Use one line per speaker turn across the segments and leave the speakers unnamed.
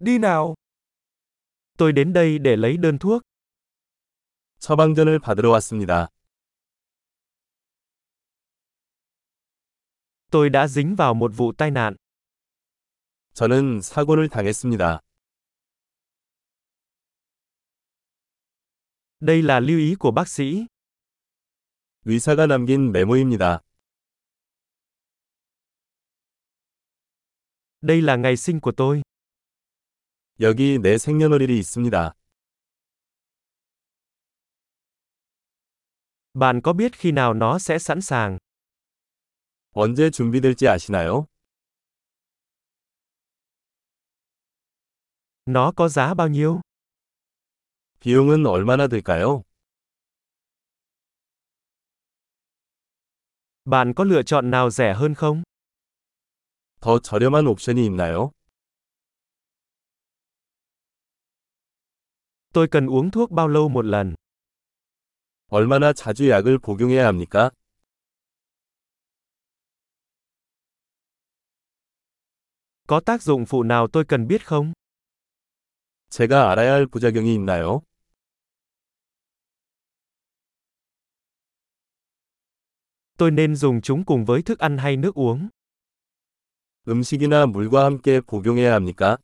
Đi nào. Tôi đến đây để lấy đơn thuốc.
처방전을 받으러 왔습니다.
Tôi đã dính vào một vụ tai nạn.
저는 사고를 당했습니다.
Đây là lưu ý của bác sĩ.
의사가 남긴 메모입니다.
Đây là ngày sinh của tôi.
여기 내 생년월일이 있습니다.
Bạn có biết khi nào nó sẽ sẵn sàng?
언제 준비될지 아시나요?
Nó có giá bao nhiêu?
비용은 얼마나 들까요?
Bạn có lựa chọn nào rẻ hơn không?
더 저렴한 옵션이 있나요?
Tôi cần uống thuốc bao lâu một lần?
얼마나 자주 약을 복용해야 합니까?
Có tác dụng phụ nào tôi cần biết không?
제가 알아야 할 부작용이 있나요?
Tôi nên dùng chúng cùng với thức ăn hay nước uống?
음식이나 물과 함께 복용해야 합니까?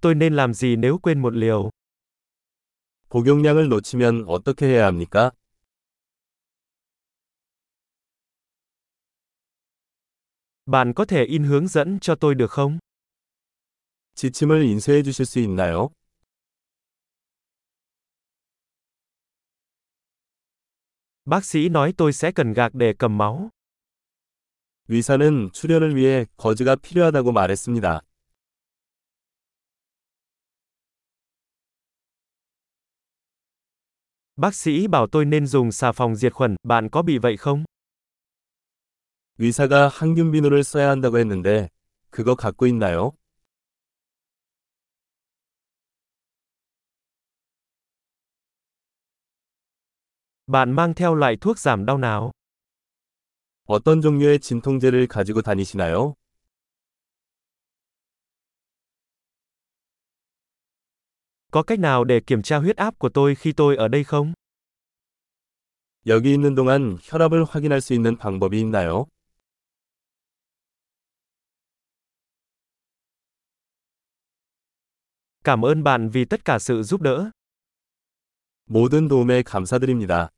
Tôi nên làm gì nếu quên một liều?
복용량을 놓치면 어떻게 해야 합니까?
Bạn có thể in hướng dẫn cho tôi được không?
지침을 인쇄해 주실 수 있나요?
Bác sĩ nói tôi sẽ cần gạc để cầm máu.
의사는 출혈을 위해 거즈가 필요하다고 말했습니다.
Bác sĩ bảo tôi nên dùng xà phòng diệt khuẩn, bạn có bị vậy không?
의사가 항균 비누를 써야 한다고 했는데 그거 갖고 있나요?
Bạn mang theo loại thuốc giảm đau nào?
어떤 종류의 진통제를 가지고 다니시나요?
Có cách nào để kiểm tra huyết áp của tôi khi tôi ở đây không?
여기 있는 동안 혈압을 확인할 수 있는 방법이 있나요?
Cảm ơn bạn vì tất cả sự giúp đỡ.
모든 도움에 감사드립니다.